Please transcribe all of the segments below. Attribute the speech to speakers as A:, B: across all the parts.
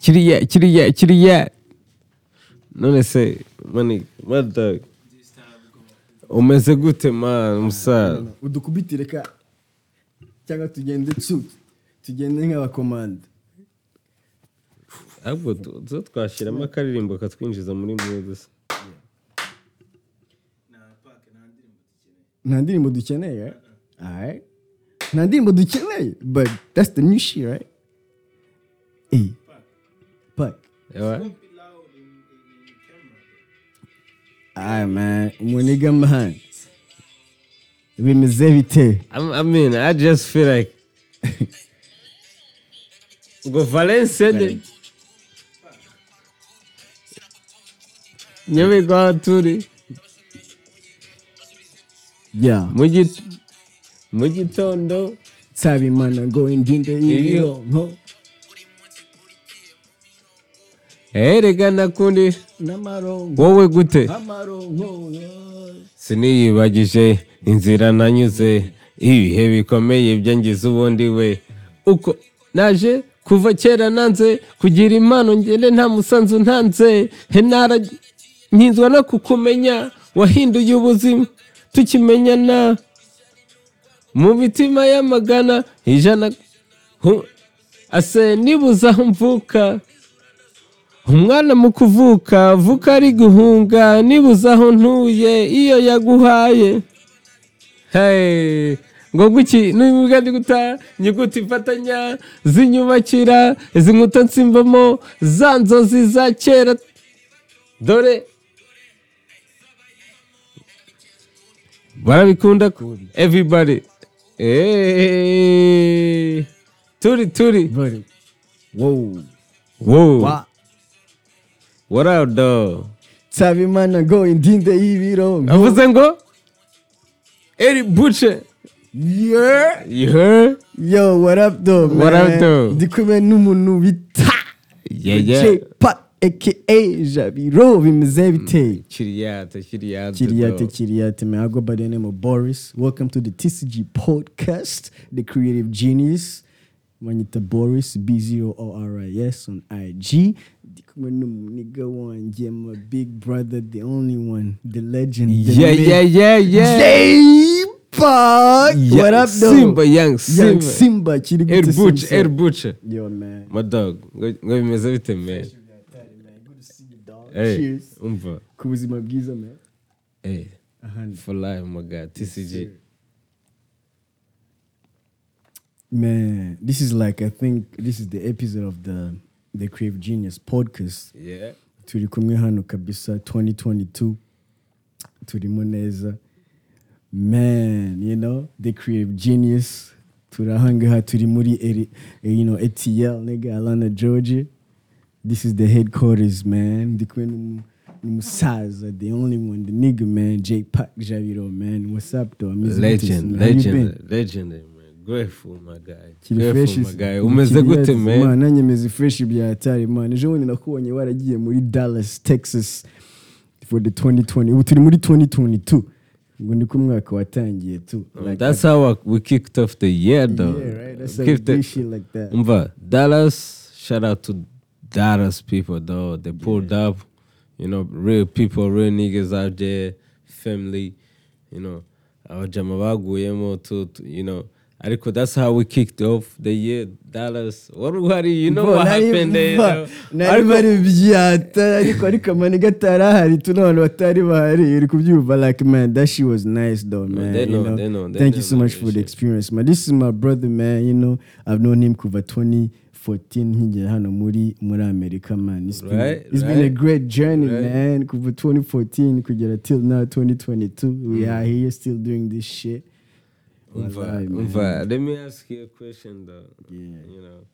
A: kiriya kiriya kiriya none se mani madaga umeze gute mani umusaza
B: udukubitire ka cyangwa tugende tsu tugende nk'abakomanda
A: ahubwo tu- zo twashyiramo akaririmbo katwinjiza muri mwe gusa
B: nta ndirimbo dukeneye ayi nta ndirimbo dukeneye but that's the new shit right eh pack
A: Ewa?
B: ayi man umuniga mahani bimeze bite
A: I'm- I mean I just feel like ngo Valence de nyabigwa turi
B: yeah
A: mu git- mu gitondo
B: nsabimana ngo indinde y'ibiyonko
A: erega nakundi
B: n'amaronko
A: Eh, wowe gute
B: amaronko
A: siniyibagije inzira nanyuze ibihe bikomeye byo ngize ubundi we uko naje kuva kera nanze kugira impano ngende nta musanzu ntanze ntara nkinzwa no kukumenya wahinduye ubuzima tukimenyana mu mitima y'amagana ijana hu- ase nibuza aho mvuka umwana mu kuvuka vuka ari guhunga nibuze aho ntuye iyo yaguhaye Hey, ngo guki nubwo ndi guta nyuguti ifatanya zinyubakira izi nkuta nsimbamo za nzozi za kera dore barabikunda ko everybody Hey, turi turi
B: bari wowe
A: wow.
B: wa
A: What up, dog?
B: nsabimana ngo indinde y'ibiyonko
A: Avuze ngo Eri Buce.
B: yeah
A: You heard?
B: Yo, what up though, man?
A: What up, though?
B: Ndi kumwe n'umuntu bita
A: Yeah, yeah.
B: J-Pop aka Jabiro bimeze
A: Mm,
B: biteye.
A: Chiriata, chiriata.
B: Kiriyate Kiriyate man, I go by the name of Boris. Welcome to the TCG podcast, The Creative Genius. Manyita Boris B zero O R I S on IG. Ndi kumwe n'umuniga wanjye, my big brother, the only one, the legend, the
A: Yeah, yeah,
B: myth.
A: yeah, yeah.
B: J-Pop.
A: Yeah,
B: What up though?
A: Simba, young
B: Young
A: Simba.
B: Simba, kiri
A: Eri
B: gute
A: Buce,
B: Simba?
A: Eri Buce.
B: Yo man.
A: My dog. Ngo ngo bimeze bite, man? Hey,
B: Cheers.
A: umva.
B: ku buzima bwiza man.
A: Hey,
B: Ahandi.
A: for life, my guy. TCG.
B: man this is like i think this is the episode of the the creative genius podcast
A: Yeah.
B: turi kumwe hano kabisa 2022 turimo neza man you know the creative genius turi aha ngaha turi muri Eri- eh, you know etl nigga alana george this is the headquarters man ndi kumwe n'umu- n'umusaza the only one the nigga man j pack javiro man what's up though I'm Izzy Peterson,
A: Legend,
B: how you been?
A: legend, legendary, man. Grateful, my guy.
B: kiri fresh
A: Grateful, my guy. Umeze gute, man?
B: man nanyemeza fresh bya hatari man ejo bundi nakubonye waragiye muri Dallas Texas for the 2020 ubu turi muri 2022 ngo ni ko umwaka watangiye tu Like,
A: Mm, That's how we kicked off the year,
B: yeah,
A: though.
B: right? That's how we
A: Kicked
B: do
A: it-
B: shit like that.
A: Umva, Dallas, shout out to Dallas people, though. They pulled up, you know, real people, real niggas out there, family, you know. abajama baguyemo tu- tu- you know ariko that's how we kicked off the year dallas wari uhari you know
B: Bro,
A: what
B: nari-
A: happened there you
B: bro,
A: know?
B: nari
A: Ariko-
B: bari byata ariko ariko amaniga atari ahari tu n'abantu batari bahari uri kubyumva like man that she was nice though man
A: they
B: you
A: know,
B: know.
A: they know, they
B: thank
A: know,
B: you so
A: man,
B: much
A: that
B: for the
A: shit.
B: experience man this is my brother man you know I've known him kuva 2014 nkigera hano muri muri Amerika man it's been,
A: Right,
B: it's been a
A: right.
B: great journey
A: Right.
B: man kuva 2014 kugera till now 2022
A: Mm.
B: we are here still doing this shit
A: Umva,
B: Alright, man.
A: umva, let me ask you a question though. You know,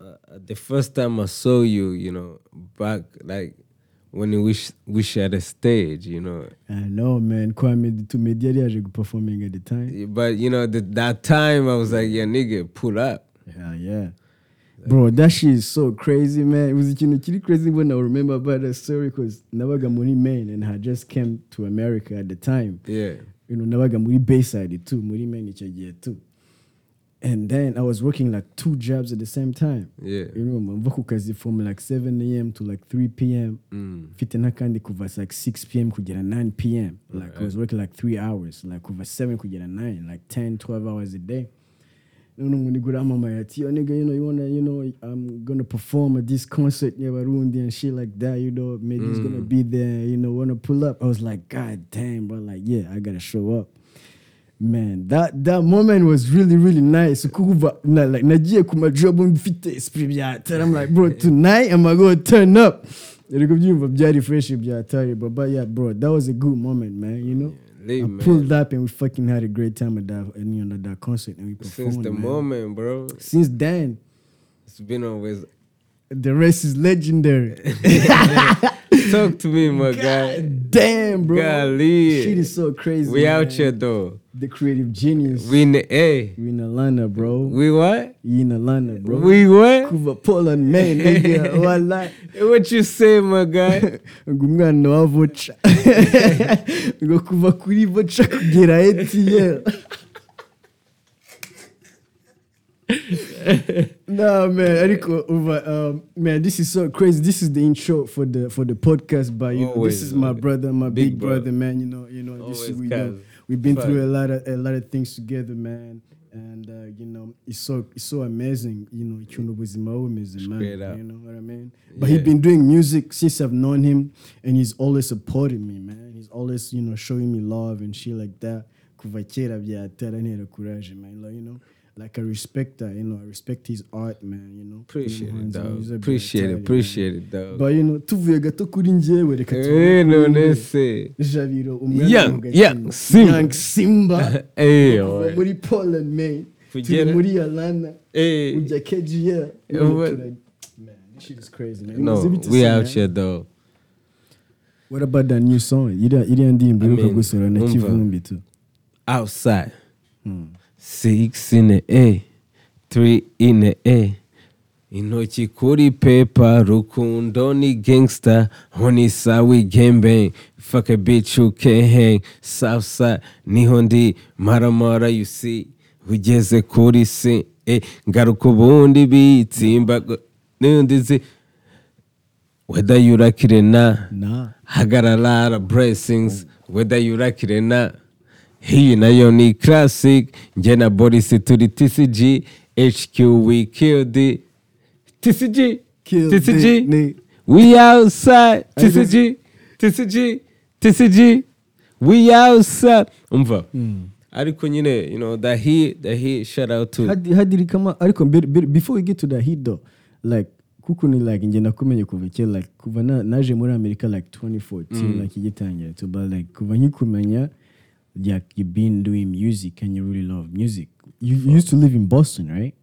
A: uh, uh, the first time I saw you, you know, back like when we sh- we shared a stage, you know,
B: I know man Kwame Tumedi yari yaje guperforming at the time
A: but you know the, that time I was like, yeah, nigga, pull up.
B: Hell yeah. Bro, that shit is so crazy, man. It was ikintu kiri crazy when I remember about that story because nabaga muri Maine and I just came to America at the time.
A: Yeah,
B: You know, nabaga muri Bayside too, muri Maine icyo gihe too. And then I was working like two jobs at the same time.
A: Yeah.
B: You remember, mva ku kazi from like 7 a.m. to like 3 p.m.
A: Mm.
B: Mfite n'akandi kuva like 6 p.m. kugera 9 p.m. Like I was working like three hours, like kuva 7 kugera 9, like 10, 12 hours a day. none umuntu igura amamaye ati yo "Oh, nigga you know you wanna you know I'm gonna perform at this concert y'abarundi and shit like that you know maybe he's
A: Mm.
B: gonna be there you know wanna pull up I was like god damn bro like yeah I gotta show up man that that moment was really really nice kuva na, like nagiye ku majob mfite esprit byatari I'm like bro tonight I'm gonna turn up Eriko byumva byari fresh byatari but but yeah bro that was a good moment man you know
A: leave,
B: I
A: man.
B: pulled up and we fucking had a great time at that and, you know that concert and we performed
A: Since the
B: man
A: moment, bro,
B: since then
A: it's been always.
B: the rest is legendary
A: Talk to me, my guy.
B: damn bro
A: Golly.
B: shit is so crazy
A: We
B: man.
A: out here though.
B: the creative genius we,
A: We in the A.
B: in Atlanta bro
A: We what?
B: we in Atlanta bro
A: We what?
B: kuva Poland man nigga wala
A: What you say, my guy?
B: ngo umwana wa voca ngo kuva kuri voca kugera etiyeri Nah, man. Eriko, over, um, man, this is so crazy. This is the intro for the for the podcast. But you know, this
A: Always,
B: is my
A: man.
B: brother, my big,
A: Big
B: brother,
A: brother.
B: man. You know, you know, this is
A: Always,
B: we know,
A: cuz.
B: we've been
A: Fuck.
B: through a lot of a lot of things together, man. And uh, you know, it's so it's so amazing. You know, Chuno was my amazing man.
A: Straight up.
B: You know what I mean? But he's
A: Yeah.
B: been doing music since I've known him, and he's always supporting me, man. He's always you know showing me love and shit like that. Kuva kera byatera ntera courage, man. Like, you know. Like I respect that, you know. I respect his art, man. You know,
A: Appreciate it,
B: Umuhanzi
A: dog.
B: mwiza
A: Appreciate
B: byatari,
A: it.
B: man.
A: Appreciate it, Eh, dog.
B: But you know, tuvuye gato kuri njyewe reka
A: Hey,
B: tuvuge kuri
A: none
B: njyewe.
A: se.
B: Jabiro
A: Young-
B: umwana
A: young Simba.
B: Young Simba
A: Hey,
B: kuva
A: alright.
B: muri Poland man turi
A: Kugera-
B: muri Alana
A: Hey.
B: ujya KGL
A: Eh, Yeah, but-
B: man this shit is crazy man
A: No,
B: Imizibiti
A: we
B: se,
A: out
B: man.
A: here though.
B: What about that new song iriya iriya ndirimbo
A: I
B: iheruka
A: mean,
B: gusohora na
A: umva.
B: Kivumbi tu
A: Outside.
B: Hmm.
A: Six in the A. Three in the A. intoki kuri pepa rukundo ni gangsta honi sawi gembeng fuck a bitch who can hang southside niho ndi maramara you see ugeze kuri se eh, ngaruka ubundi bitsimba go- n'undi zi whether you like it or not
B: Nah.
A: I got a lot of blessings, whether you like it or not. Hii nayo ni classic, nje na Boris turi TCG, HQ we kill the TCG,
B: Kill
A: TCG,
B: the ni-
A: we outside,
B: I just-
A: TCG, TCG, TCG, we outside. Umva.
B: Hmm.
A: Ariko nyine, you know, that he, that he, shout out to.
B: how did, how did it come out ariko mbere- mbere- before we get to that hit though like kuko ni like njye nakumenye kuva kera like kuva na- naje muri america like 2014
A: Mm.
B: like igitangira to but like kuva nkikumenya like you been doing music and you really love music you, you used to live in boston right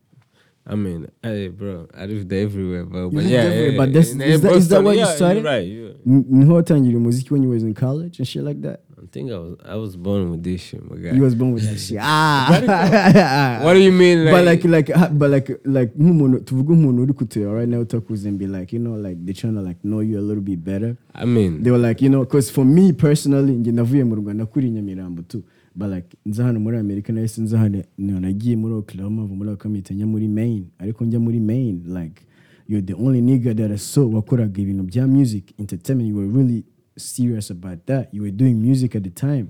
A: I mean, hey, bro, I lived everywhere, bro.
B: You
A: But
B: lived
A: yeah,
B: everywhere,
A: yeah,
B: but that's-
A: in-
B: is
A: in
B: that- is that
A: Boston,
B: why you
A: yeah, you're
B: started?
A: Right, yeah.
B: N- niho watangira umuziki when you was in college and shit like that
A: I think I was I was born with this shit, my guy.
B: you was born with that shit ah
A: what do you mean?
B: but like like ha- but like like nk'umuntu tuvuga umuntu uri kutureba right now utakuze and be like you know like they trying to like know you a little bit better
A: I mean,
B: they were like you know because for me personally njye navuye mu rwanda kuri nyamirambo tu but like nza hano muri amerika nahise nza hano no, nagiye muri oklahoma mva muri oklahoma mpita njya muri maine ariko njya muri maine like you're the only nigga that I saw wakoraga ibintu bya music entertainment you were really serious about that you were doing music at the time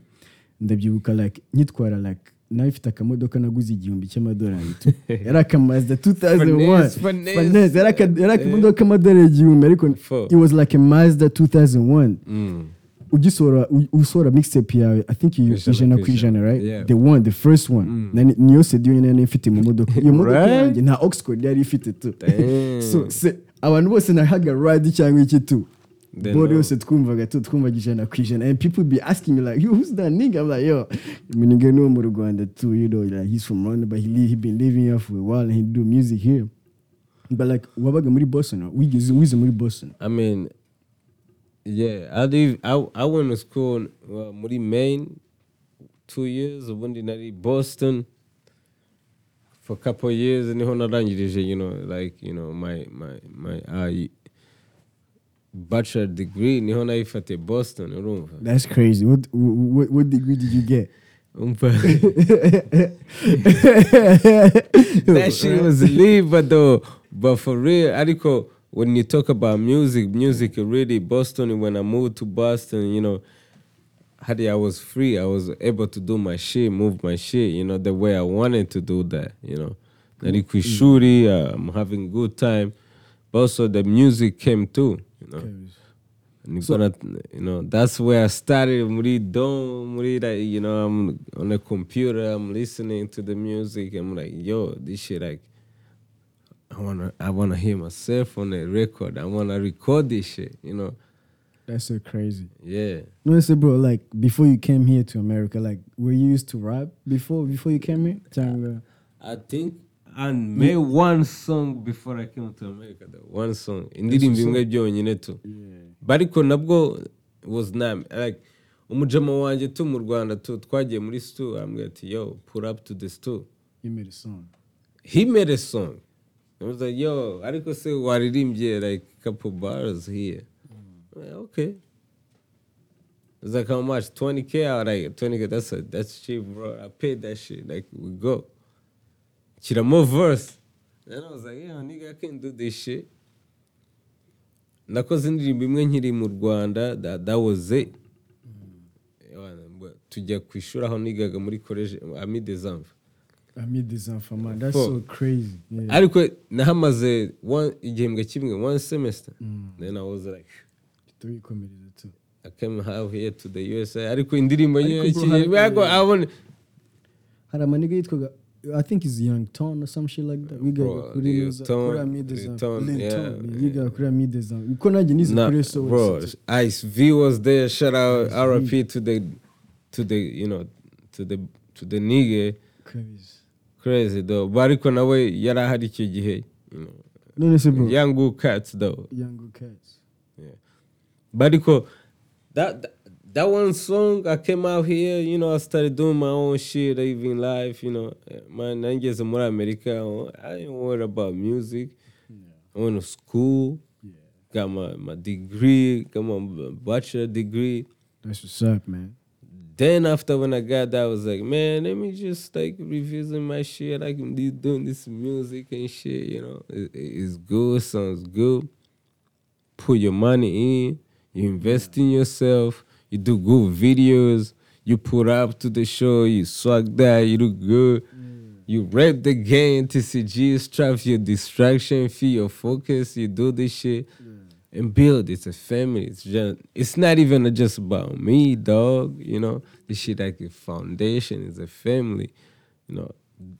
B: ndabyibuka like nyitwara like nawe ifite akamodoka naguze igihumbi cy'amadolari tu yari akamazda 2001
A: Finesse, finesse.
B: Finesse, yari aka- yari akamodoka k'amadolari igihumbi ariko
A: Four.
B: it was like a Mazda 2001
A: mm,
B: ugisohora u- usohora mixtape yawe i think you-
A: Ijana
B: ijana
A: ku
B: ku
A: ijana,
B: ijana right
A: yeah. Mm.
B: the one the first one Nani- niyo sediyo nyine nari mfite mu modoka iyo modoka
A: Right?
B: yanjye nta oxcord yari ifite tu
A: Damn.
B: so se- abantu bose nahaga radi cyangwa iki tu
A: They
B: bore
A: know.
B: yose twumvaga tu twumvaga ijana ku ijana and people be asking me like yo who's that nigga I'm like yo minigani wo mu rwanda tu you know like he's from Rwanda but he, li- he been living here for a while and he do music here but like wabaga muri Boston or wigeze wize muri Boston
A: I mean, yeah. I live. I I went to school uh, muri Maine, two years. Ubundi nari Boston for a couple of years, and niho narangirije, you know, like you know, my my my uh, bachelor degree niho nayifate Boston. Urumva?
B: that's crazy what what, what degree did you get
A: umva that shit was live though but for real ariko when you talk about music music really boston when i moved to boston you know Hadi, I was free. I was able to do my shit, move my shit, you know, the way I wanted to do that, you know. Nari Kwishuri, uh, I'm having good time. But also the music came too, you know. And so, gonna, you know, that's where I started. Muri Dom, Muri, like, you know, I'm on the computer, I'm listening to the music. I'm like, yo, this shit, like, I wanna, I wanna hear myself on a record. I wanna record this shit, you know.
B: That's so crazy.
A: Yeah.
B: No, I said, bro, like before you came here to America, like were you used to rap before before you came here? Changa.
A: I think I made one song before I came to America though. One song. Indirimbo imwe byonyine tu. Bariko nabwo was nam like umujama wanje tu mu Rwanda tu twagiye muri stu ambwira ati yo pull up to the stu.
B: You made a song.
A: He made a song. I was like yo ariko se waririmbye like couple bars here. I'm like, okay. It's like how much? 20k? I was like 20k, that's a that's cheap, bro. I paid that shit. Like we go. Chiramo verse. Then I was like, yeah, nigga, I can do this shit. nakoze indirimbo imwe nkiri mu rwanda that, that was it Yo, mbwa- tujya ku ishuri aho nigaga muri college amide zamva
B: I made this song for man. That's
A: Four.
B: so crazy. Yeah.
A: ariko nahamaze one- igihembwe kimwe one semester then i was like
B: Three comedies too.
A: I came out here to the USA ariko indirimbo
B: Ariko bro,
A: nyinshi
B: hari-
A: ariko abone
B: Had a maniga yitwaga I think it's Young Ton or some shit like that. We
A: Bro,
B: got kuri
A: Lil
B: Lil-
A: Tone,
B: kuri I made this
A: Lil
B: song.
A: Tone,
B: Lil
A: yeah,
B: Tone, You got kuri I made this song. Uko nanjye nize
A: Nah,
B: kuri so
A: bro,
B: it's-
A: Ice V was there. Shout out RIP to the, to the you know, to the to the nigga.
B: crazy.
A: Crazy though. But ariko nawe yari ahari icyo gihe. you know.
B: No, no, say bro.
A: Young good cats though.
B: Young cats.
A: Yeah. But ariko that, that that one song I came out here. You know, I started doing my own shit, living life. You know, man, I just more America. I didn't worry about music. I went to school. Got my, my degree, got my bachelor degree.
B: That's what's up, man.
A: Then after when I got that, I was like, man, let me just like revising my shit. Like I'm de- doing this music and shit, you know, it, it's good, sounds good. Put your money in, you invest in yourself, you do good videos, you put up to the show, you swag that, you look good, you rep the game, TCG, strap your distraction, feel your focus, you do this shit. And build, it's a family. It's just, it's not even just about me, dog. You know, this shit like a foundation. It's a family. You know,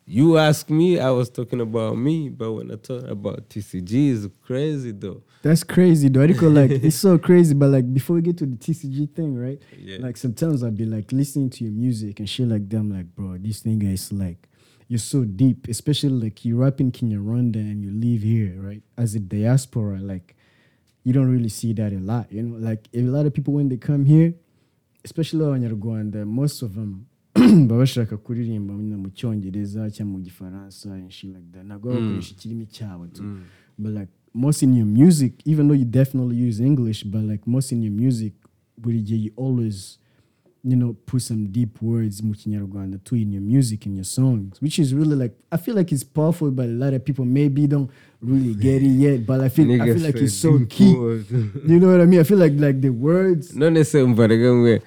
A: you ask me, I was talking about me, but when I talk about TCG, it's crazy though.
B: That's crazy, though. I recall, like, it's so crazy, but like, before we get to the TCG thing, right?
A: Yeah.
B: Like, sometimes I'll be like listening to your music and shit like that. I'm like, bro, this nigga is like, you're so deep, especially like you rap in Kinyarwanda and you live here, right? As a diaspora, like, you don't really see that a lot, you know? Like, a lot of people, when they come here, especially Abanyarwanda, most of them, baba bashaka kuririmba nyine mu cyongereza cyangwa mu gifaransa and shit like that ntabwo bakoresha ikirimi cyabo tu but like most in your music even though you definitely use english but like most in your music buri gihe you always you know put some deep words mu kinyarwanda too in your music in your songs which is really like i feel like it's powerful but a lot of people maybe don't really get it yet but i feel i feel like it's so key you know what i mean i feel like like the words
A: Not necessarily, but again, where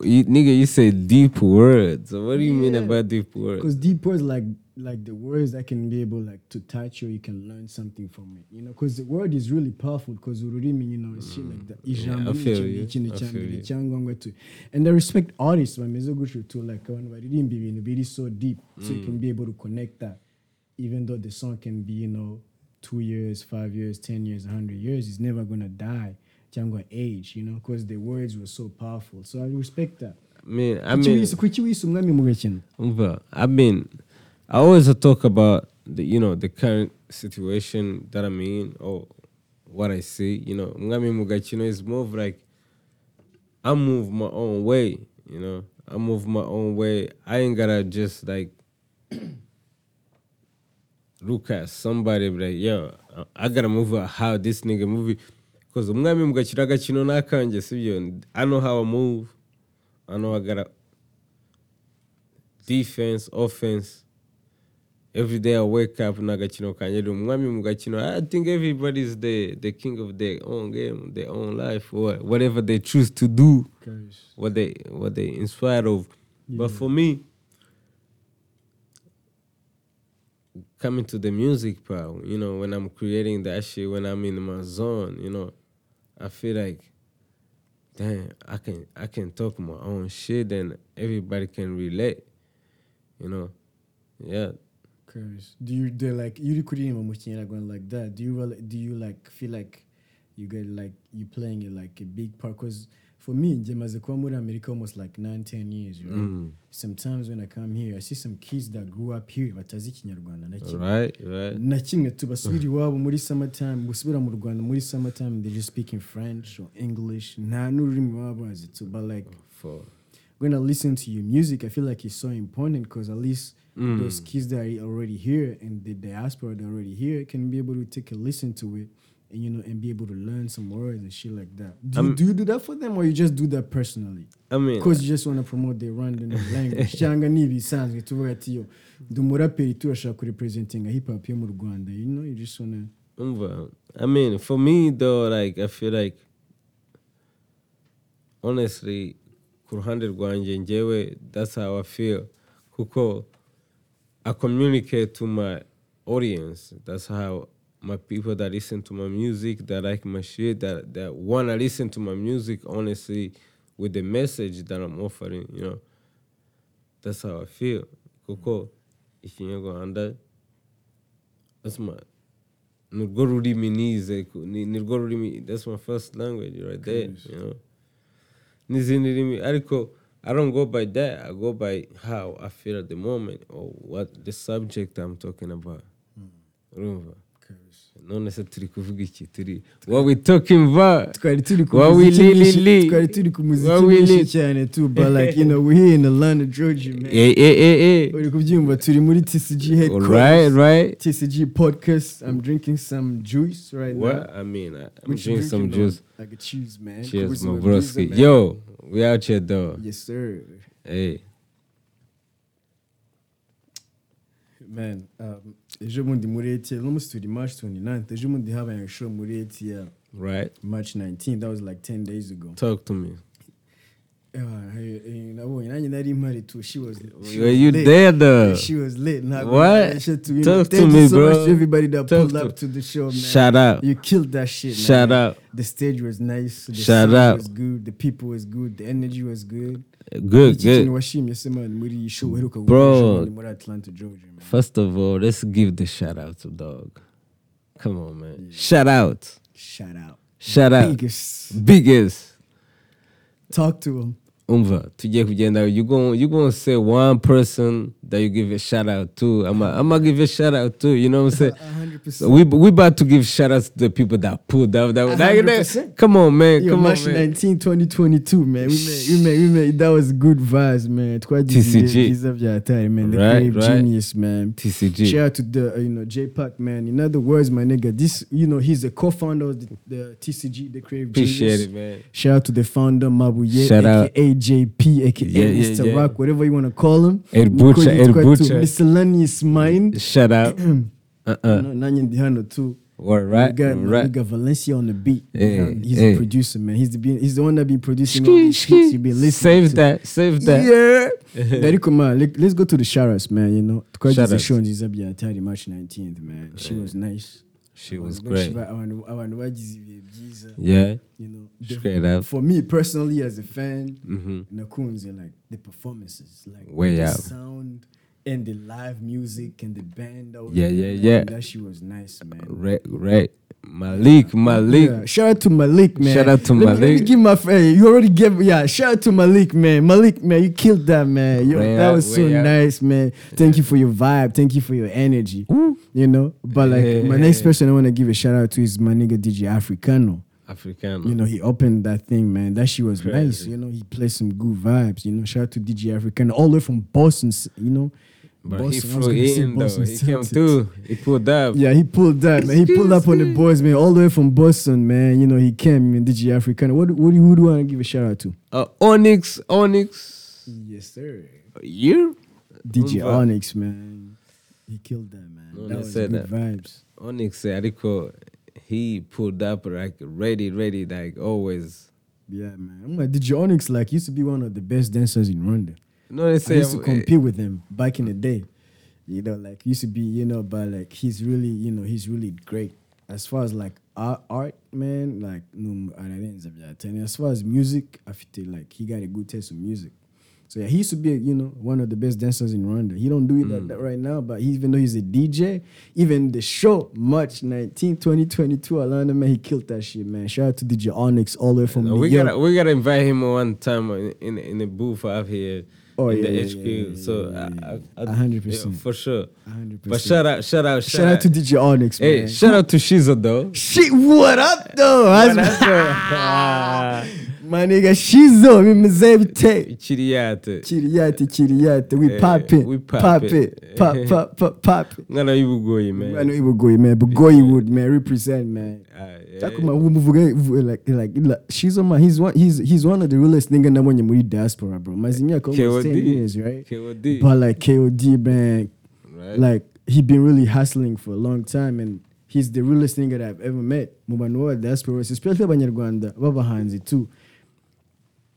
A: you, nigga, you say deep words. So What do you mean
B: Yeah.
A: about deep words?
B: Because deep words like like the words that can be able like to touch you, you can learn something from it. You know, because the word is really powerful. Because ururimi, you know, it's shit like that. Ijambo
A: Mm, I
B: ni
A: feel
B: ikintu-
A: you.
B: ikintu
A: I
B: cya
A: feel
B: mbere
A: you.
B: cyangwa to and I respect artists bameze gutyo too like abantu baririmba ibintu biri so deep so you can
A: Mm.
B: be able to connect that even though the song can be you know two years five years ten years hundred years it's never gonna die cyangwa age you know because the words were so powerful so I respect that
A: I mean, I
B: Kuki
A: mean,
B: wise- kuki wise umwami mugakina
A: Umva, I mean, I always talk about the you know the current situation that I'm in or what I see. You know, Mgami Mugachino is more of like I move my own way. You know, I move my own way. I ain't gotta just like look at somebody be like, yo, I I gotta move out how this nigga move. Because umwami mugakira agakino n'akanjye sibyo I know how I move I know I gotta defense offense every day i wake up n'agakino kanjye ndi umwami mu gakino i think everybody is the, the king of their own game their own life or whatever they choose to do what they what they inspired of but for me coming to the music part you know when i'm creating that shit when i'm in my zone you know i feel like damn, I can I can talk my own shit and everybody can relate. You know? Yeah.
B: Curse. Do you do like you kuririmba mu kinyarwanda like that? Do you really, do you like feel like you get like you playing it like a big part? Cause for me, Jemaze kuba muri America almost like nine ten years. Right?
A: Mm.
B: Sometimes when I come here, I see some kids that grew up here batazi ikinyarwanda na kimwe.
A: Right, right.
B: na kimwe tubasubira iwabo muri summertime gusubira mu rwanda muri summertime they just speaking french or english nta n'ururimi baba bazi to but like
A: For
B: when I listen to your music, I feel like it's so important because at least those kids that are already here and the diaspora that are already here can be able to take a listen to it and you know and be able to learn some words and shit like that. Do, you, do you do that for them or you just do that personally?
A: I mean
B: Because you just want to promote their random language. cyangwa ni ibisanzwe tuvuga ati yo ndi umuraperi turashaka kurepresentinga hip hop yo mu rwanda you know you just wanna
A: umva, I mean for me though, like I feel like honestly ku ruhande rwanjye njyewe that's how I feel kuko I communicate to my audience. That's how my people that listen to my music, that like my shit, that that wanna listen to my music, honestly, with the message that I'm offering, you know. That's how I feel. Kuko ikinyarwanda that's my ni urwo rurimi nize ku- ni ni rwo rurimi that's my first language right there you know n'izindi rimi ariko I don't go by that I go by how I feel at the moment or what the subject I'm talking about urumva none se turi kuvuga iki turi what we talking about
B: twari turi ku
A: What we li-
B: muziki
A: li-
B: mwinshi-
A: li.
B: twari turi ku muziki
A: What we
B: mwinshi
A: li-
B: cyane too but like you know we're here in the land of Georgia man
A: eh eh eh eh
B: uri kubyumva turi muri TCG
A: right
B: headquarters
A: right
B: TCG podcast I'm drinking some juice right
A: what
B: now
A: I mean I- I'm
B: What you
A: drinking some
B: drinking on?
A: juice
B: like a cheese man
A: cheers
B: Kubuzima
A: my
B: bwiza,
A: broski
B: man.
A: yo we out here though
B: yes sir
A: hey
B: man um, ejo bundi muri ATL no turi March 29 ejo bundi habaye show muri ATL
A: right
B: March 19 that was like 10 days ago
A: talk to me
B: Eh, eh, nabonye nanjye nari impari too she was she
A: were
B: was
A: you
B: lit.
A: there though
B: She was lit. Nah,
A: What?
B: that shit to you.
A: Talk
B: Thank
A: to
B: you
A: me,
B: so
A: bro.
B: much to everybody that
A: Talk
B: pulled
A: to-
B: up to the show, man.
A: Shout out.
B: You killed that shit, man.
A: Shout out.
B: The stage was nice. The
A: Shout
B: sound
A: out.
B: was good. The people was good. The energy was good.
A: Good,
B: Iki kintu
A: good.
B: washimye se man muri iyi show uheruka
A: Bro.
B: gukoresha hano muri Atlanta, Georgia, man.
A: First of all, let's give the shout out to Dog. Come on, man. Shout out.
B: Shout out.
A: Shout out.
B: Biggest.
A: Biggest.
B: Talk to him.
A: Umva, tugiye kugenda you going you going to say one person that you give a shout out to. I'm i I'm gonna give a shout out to, you know what I'm saying?
B: 100%.
A: So we we about to give shout outs to the people that pulled up that, that, that
B: 100%.
A: come on man,
B: Yo,
A: come
B: March
A: on man.
B: 19, 2022, man. We made, we made, we made, that was good vibes, man. Twagize ibihe
A: TCG.
B: byiza bya Atari, man. The
A: Right,
B: creative
A: right.
B: genius, man.
A: TCG.
B: Shout out to the uh, you know J Pac man. In other words, my nigga, this you know he's the co-founder of the, the TCG, the Creative
A: Appreciate
B: Genius.
A: it, man.
B: Shout out to the founder Mabuye,
A: Shout out.
B: aka JP, aka
A: Yeah, yeah,
B: Mr.
A: yeah.
B: Rock, whatever you want to call him.
A: El
B: Niko
A: Butcher, El
B: yitwa too.
A: Butcher.
B: Miscellaneous mind.
A: Shout out. Uh-uh.
B: No, Nanyan Dihano too.
A: All right.
B: We got,
A: All right.
B: we got Valencia on the beat.
A: Hey,
B: he's
A: hey.
B: a producer, man. He's the be, he's the one that been producing all
A: Ski,
B: the
A: ski.
B: shit you been listening
A: Save
B: to.
A: that. Save that.
B: Yeah. Daddy, come on. Let, let's go to the shout-outs, man. You know, twagize
A: Shout-outs.
B: show nziza bya Atari March 19th, man. She was nice.
A: She was
B: Abantu benshi
A: great.
B: ba- abantu- abantu bagize ibihe byiza,
A: Yeah.
B: you know. The-
A: Straight up.
B: For me personally, as a fan,
A: Mhm.
B: nakunze like the performances, like
A: Way
B: the
A: out.
B: sound and the live music and the band. that was-
A: Yeah, yeah,
B: man,
A: yeah.
B: That she was nice, man.
A: Right, right. Malik, Malik.
B: Yeah, shout out to Malik, man.
A: Shout out to
B: Let me- Let me
A: Malik.
B: give my friend. You already gave. Yeah, shout out to Malik, man. Malik, man, you killed that, man. Yo,
A: Way
B: that
A: up,
B: was so
A: way up.
B: nice, man. Thank you for your vibe. Thank you for your energy. You know, but like my next
A: Yeah.
B: person I want to give a shout out to is my nigga DJ Africano.
A: Africano.
B: You know, he opened that thing, man. That shit was nice.
A: Crazy.
B: You know, he played some good vibes. You know, shout out to DJ Africano all the way from Boston. You know,
A: but he
B: Boston, I was
A: flew
B: gonna say
A: in though.
B: Boston
A: He came
B: Celtics.
A: through. He pulled up.
B: Yeah, he pulled that, man. He pulled up on the
A: Excuse me.
B: boys, man, all the way from Boston, man. You know, he came in DG African. What, what do you, who do you want to give a shout out to?
A: Uh, Onyx, Onyx.
B: Yes, sir.
A: You?
B: DJ
A: Umva.
B: Onyx, man. He killed that, man.
A: No,
B: that
A: they
B: was
A: said
B: good
A: that.
B: vibes.
A: Onyx ariko he pulled up like ready ready like always
B: Yeah, man. I'm like, DJ Onyx, like, used to be one of the best dancers in Rwanda.
A: no they
B: I
A: say
B: used to compete with him back in the day. You know, like, used to be, you know, but like, he's really, you know, he's really great. As far as like art, art man, like, no, I didn't have that. And as far as music, I feel like he got a good taste in music. So yeah, he used to be, you know, one of the best dancers in Rwanda. He don't do it
A: Mm.
B: like that right now, but he, even though he's a DJ, even the show March 19, 2022, Alana man, he killed that shit, man. Shout out to DJ Onyx all the way from
A: No,
B: New
A: we
B: York.
A: gotta we gotta invite him one time in in, in the booth up here
B: Oh,
A: in
B: yeah,
A: the
B: yeah,
A: HQ.
B: yeah, yeah,
A: so
B: yeah, yeah,
A: I- I-
B: yeah.
A: I-
B: 100%.
A: yeah, for sure.
B: 100%.
A: But shout out, shout out, shout,
B: Shout out to DJ Onyx, man.
A: hey, shout out to Shizo though.
B: Shit, what up though? That's
A: up,
B: my nigga Shizo, we mzee tape.
A: Chiriate,
B: Chiriyate, chiriyate, we
A: Eh,
B: pop it,
A: we pop
B: pop
A: it.
B: it, pop, pop, pop, pop it.
A: ngana y'ubugoyi
B: I know
A: man.
B: it would go, man, but go you would, man, represent, man.
A: Ah, yeah,
B: Takuma umuvuga uvuga like like like Shizo man, he's one he's he's one of the realest nigga nabonye muri diaspora, bro.
A: Eh,
B: Mazi imyaka almost 10
A: KOD.
B: years, right?
A: KOD,
B: But like KOD, man,
A: right?
B: like he been really hustling for a long time and he's the realest nigga that I've ever met mu bantu b'abadiasporas especially abanyarwanda b'abahanzi too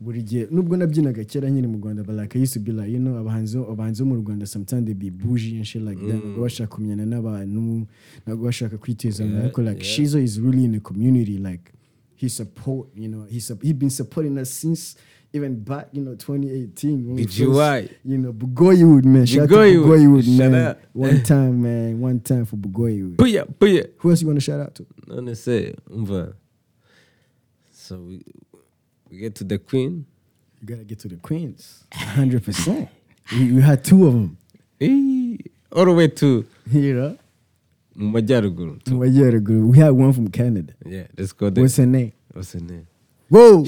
B: buri gihe nubwo nabyinaga kera nyiri mu rwanda but like I used to be like you know abahanzi abahanzi bo mu rwanda sometimes they be bougie and shit like that ntabwo bashaka kumenyana n'abantu ntabwo bashaka kwiteza mu ariko like Shizo is really in the community like he support you know he sup- he been supporting us since even back you know 2018 when we first-
A: BGY.
B: you know Bugoywood man shout out to
A: Bugoywood.
B: Bugoywood
A: Shout
B: man
A: out.
B: one time man one time for Bugoywood
A: Puya, puya.
B: who else you want to shout out to
A: None say, umva. So we we get to the queen.
B: you gotta get to the Queens 100 percent we, we had two of them
A: Eh, all the way to
B: you know
A: mu majyaruguru.
B: Two a year ago. We had one from Canada.
A: Yeah, let's go there.
B: What's her name?
A: What's her name?
B: Whoa.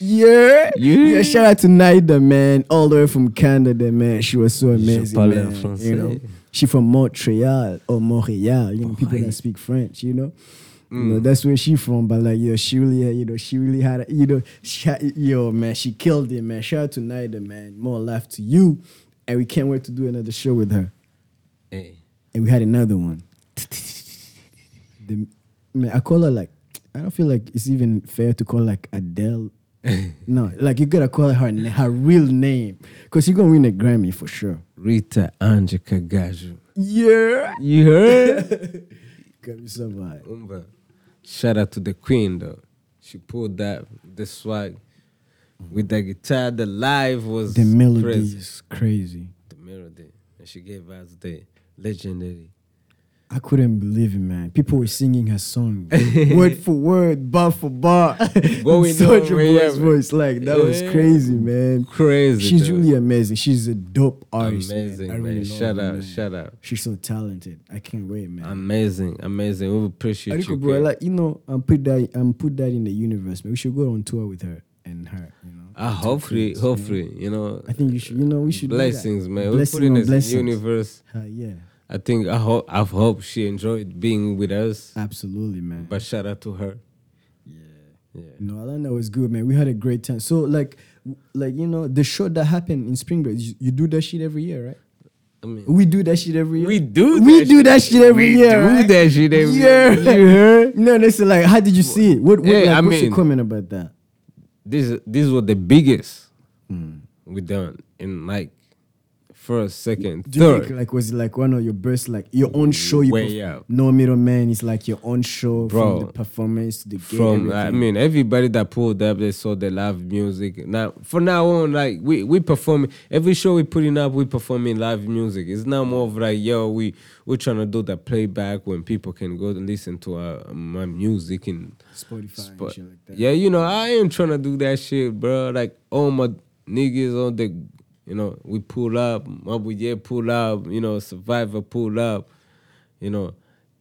B: Yeah.
A: Yeah.
B: yeah. Shout out to Nida, man. All the way from Canada, man. She was so amazing.
A: parle
B: man.
A: en
B: You know,
A: français. Oh
B: she from Montreal or Montreal. You know, people that speak French. You know.
A: Mm.
B: You know, that's where she from, but like, yo, she really, you know, she really had, a, you know, she had, yo, man, she killed it, man. Shout out to Nida, man. More life to you, and we can't wait to do another show with her.
A: Hey.
B: and we had another one. the, man, I call her like I don't feel like it's even fair to call like Adele. no, like you gotta call her na- her real name because she's gonna win a Grammy for sure.
A: Rita Anje Kagaju.
B: Yeah,
A: You heard?
B: gotta be so bad.
A: Umba. Shout out to the queen though. She pulled that the swag with the guitar. The live was
B: The melody
A: crazy.
B: is crazy.
A: The melody, and she gave us the legendary.
B: I couldn't believe it, man. People were singing her song word for word, bar for bar.
A: Going
B: Such a
A: on, yeah,
B: voice,
A: man.
B: voice like that was
A: Yeah.
B: crazy, man.
A: Crazy.
B: She's
A: dude.
B: really amazing. She's a dope artist. man.
A: amazing,
B: I
A: man.
B: really love
A: Shout
B: her,
A: out,
B: man.
A: shout out.
B: She's so talented. I can't wait, man.
A: Amazing, amazing. We appreciate
B: Ariko,
A: you.
B: bro,
A: kid.
B: like you know, I'm put that I'm put that in the universe, man. We should go on tour with her and her. You know,
A: Ah, hopefully, hopefully, you know.
B: I think you should. You know, we should do that.
A: blessings, man. We're
B: Blessing
A: putting
B: on
A: this
B: blessings.
A: universe.
B: Uh, yeah,
A: I think I hope I hope she enjoyed being with us.
B: absolutely, man.
A: But shout out to her. Yeah. Yeah.
B: No, Alana was good, man. We had a great time. So, like, w- like you know, the show that happened in spring break, you, you do that shit every year, right?
A: I mean,
B: We do that shit every year.
A: We do
B: We
A: that
B: do
A: shit.
B: that shit every
A: We
B: year.
A: do
B: right?
A: that shit every
B: yeah.
A: year.
B: You heard? No, listen. Like, how did you see it? What? what
A: Hey,
B: like,
A: I
B: what's your
A: mean-
B: comment about that?
A: this this was the biggest
B: Hmm.
A: we done in like first, second,
B: Do you
A: third.
B: think, like was it like one of your best like your own show you
A: Way up.
B: no middle man it's like your own show
A: Bro,
B: from the performance to the game
A: from I
B: everything.
A: mean everybody that pulled up they saw the live music. Now for now on like we we perform every show we putting up we performing live music. It's now more of like yo we we trying to do the playback when people can go and listen to our, my music and
B: Spotify and
A: Spo-
B: shit like that.
A: yeah you know I ain't trying to do that shit bro. Like all my niggas on the you know we pull up Mabuye pull up you know Survivor pull up you know.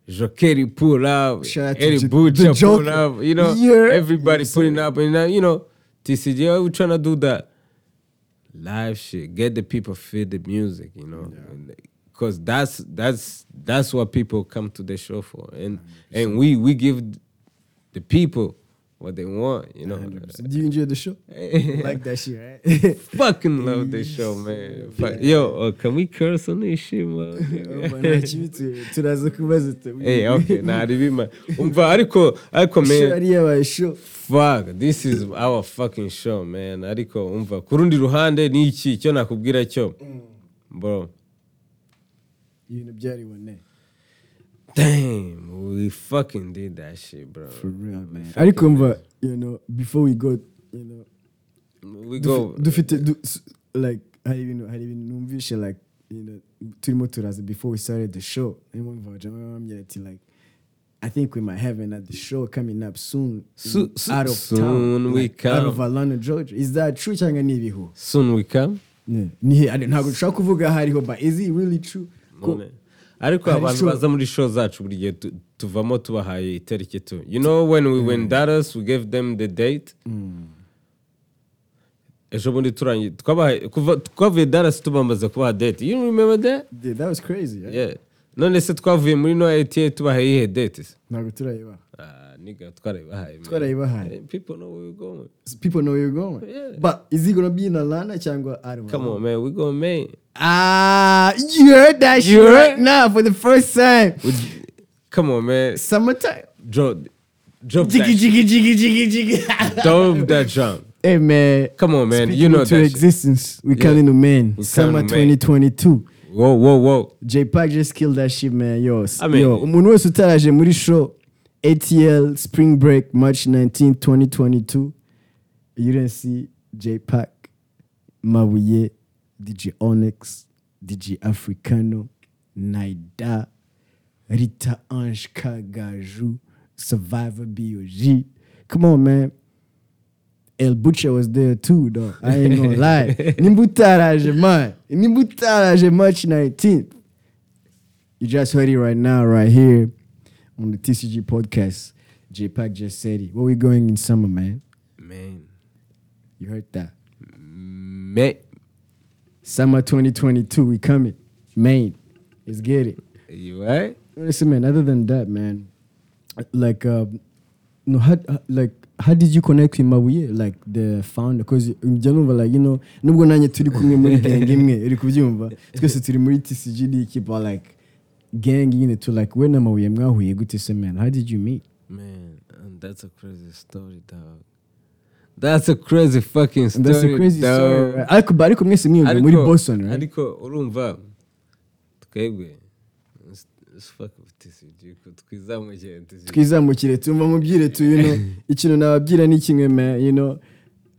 A: Jokeri pull up,
B: Shout out to
A: Eddie
B: Jo-
A: Butcher
B: the
A: pull
B: Joker.
A: up, you know,
B: Yeah.
A: everybody putting up, and now, you know, TCJ, we're trying to do that live shit. Get the people feel the music, you know, because that's that's that's what people come to the show for, and and we we give the people what they want, you know.
B: 100%. Do you enjoy the show? like that shit, right?
A: Fucking love this show, man. Fuck- Yo, uh, can we curse on this shit, man?
B: Urban Archive tu- turaza kubaza tu-
A: hey, okay, nah, ribima. Umva, ariko, ariko,
B: Show
A: man,
B: yari yabaye show.
A: fuck, this is our fucking show, man. Ariko, umva, ku rundi ruhande ni iki, icyo nakubwira cyo, bro.
B: ibintu byari bone
A: Damn, we fucking did that shit, bro.
B: ariko mva you know before we go you know
A: We go.
B: dufi- dufite du- s- like hari ibintu hari ibintu numvishe like you know turimo turaza before we started the show niyo mpamvu abajama bambwira ati like I think we might have another show coming up soon.
A: So-
B: in-
A: so-
B: out of
A: soon
B: town,
A: we
B: like, out of
A: come.
B: Atlanta, Georgia. Is that true? cyangwa ni ibihu?
A: Soon we come.
B: Yeah. Ni- I don't- Ntabwo dushaka kuvuga aho ariho, but is it really true? Ko-
A: None. ariko
B: Hari
A: abantu
B: show.
A: baza muri show zacu buri gihe tu- tuvamo tubahaye itariki tu you know when we went dallas we gave them the date ejo bundi turangiye twabahaye kuva- twavuye dallas tubamaze kubaha date you remember that
B: Dude, that was crazy. right?
A: yeah none se e twavuye muri no ata tubahaye iyihe date se
B: Ntabwo turayibaha.
A: Ah, niga twarayibahaye man.
B: Twarayibahaye.
A: Eh, people know where we're going
B: people know you're going.
A: Yeah.
B: But is he gonna be in Atlanta? Changwa, I don't
A: come
B: know.
A: on man we going man
B: Ah, you heard that shit
A: heard?
B: right now for the first time.
A: We- come on man
B: Summertime.
A: drop drop
B: Jiggy,
A: that
B: jiggy, jiggy, jiggy, jiggy.
A: drop that jump
B: hey man,
A: come on man
B: speaking
A: you know
B: into
A: that shit.
B: existence. We calling the man.
A: We
B: Summer
A: calling the man.
B: 2022.
A: Whoa, whoa, whoa.
B: J Park just killed that shit, man. Yo, s-
A: I mean-
B: yo, umuntu wese utaraje muri show ATL Spring Break March 19, 2022. You didn't see J Park, Mabuye, DJ Onyx, DJ Africano, Naida, Rita Ange Kagaju, Survivor BOG. Come on, man. El Butcher was there too, though. I ain't gonna lie. Nimbutaraje, man. Nimbutaraje, March 19th. You just heard it right now, right here on the TCG podcast. J Pack just said it. Where we going in summer, man?
A: Man.
B: You heard that.
A: Man.
B: Summer 2022, we coming. Maine. Let's get it.
A: You right?
B: Listen, man, other than that, man, like, um, no, how, uh, like, how did you connect with Mabuye, like the founder? Because njanumva like you know, nubwo nanjye turi kumwe muri gang imwe, uri kubyumva, twese turi muri TCG DK, but like gang nyine to like we na Mabuye mwahuye gute se man? How did you meet?
A: Man, and that's a crazy story, dog. That's a crazy fucking story.
B: And that's a crazy
A: dog.
B: story. Right? Ariko ariko mwese mwiyumva muri
A: Ariko-
B: Boston, right?
A: Ariko urumva twebwe let's- let's fuck with TCG ko twizamukire TCG.
B: twizamukire tumva mubwire tu you know ikintu nababwira ni kimwe man, you know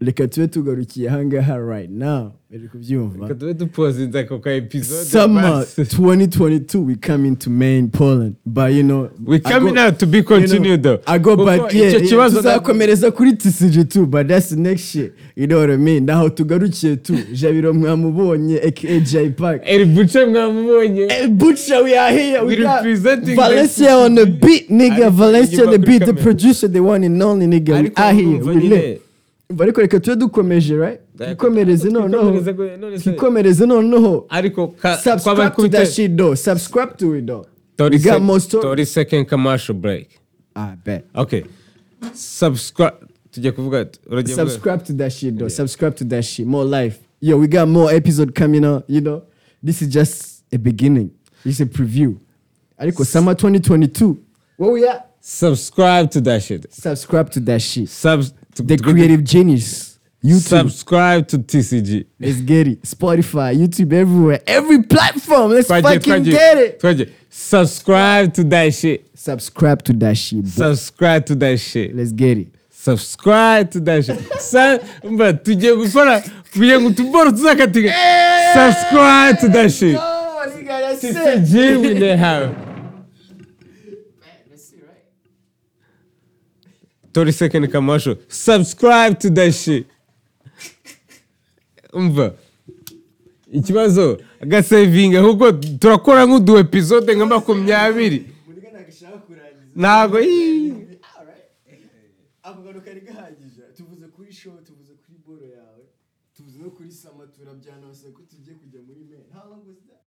B: reka tube tugarukiye ahangaha right now uri kubyumva
A: Reka tube dupozinze ako ka episode
B: Summer
A: basi.
B: 2022, we coming to main Poland. But you know,
A: We
B: I
A: coming
B: go-
A: out to be continued though.
B: I go
A: Kuko
B: back
A: icyo
B: yeah, yeah,
A: kibazo na-
B: tuzakomereza kuri TCG too, but that's the next shit. You know what I mean? Naho tugarukiye too. Jabiro mwamubonye aka J Park.
A: El Buce mwamubonye.
B: Hey, Butcher, Eh, we are here.
A: We
B: We got
A: representing
B: Valencia
A: the
B: on the beat, nigga.
A: Ari-
B: Valencia on the
A: inyuma kuri
B: beat, the
A: kamera.
B: producer, the one and only, nigga. We
A: Ariko
B: are here.
A: urumva
B: We
A: nyine-
B: lit. Ariko reka tube dukomeje, right?
A: Reka-
B: Twikomereze noneho.
A: twikomereze kwe- none se-
B: Twikomereze noneho.
A: ariko ka-
B: Subscribe to
A: kwabakubita-
B: that shit though. Subscribe to it though.
A: 30
B: We got
A: sec-
B: more stories.
A: 30 second commercial break
B: I bet.
A: okay subscribe tujya kuvuga urajya kuvuga-
B: Subscribe to that shit though. Subscribe to that shit. More life. Yo, we got more episode coming out. You know, this is just a beginning. This is a preview. Ariko summer 2022. Where we at?
A: subscribe to that shit
B: Subscribe to that shit.
A: Subs- to-
B: The
A: to-
B: creative genius. YouTube.
A: subscribe to TCG
B: Let's get it. Spotify, YouTube, everywhere. Every platform. Let's
A: Twagiye-
B: fucking
A: twagiye-
B: get it.
A: twagiye. subscribe to that shit
B: Subscribe to that shit. bro.
A: subscribe to that shit
B: Let's get it.
A: subscribe to that shit Sa- mba tugiye gukora tugiye ngo utuboro tuzakatiga subscribe to that shit
B: Oh, nigga, that's it.
A: TCG we they have 30 second commercial. Subscribe to that shit. Umva. Ikibazo agasevinga kuko turakora nk'udu episode nka makumyabiri ntago ii.
B: ako kantu kari gahagije tuvuze kuri show tuvuze kuri boro yawe tuvuze no kuri sama turabyanose ko tugiye kujya muri men how long was that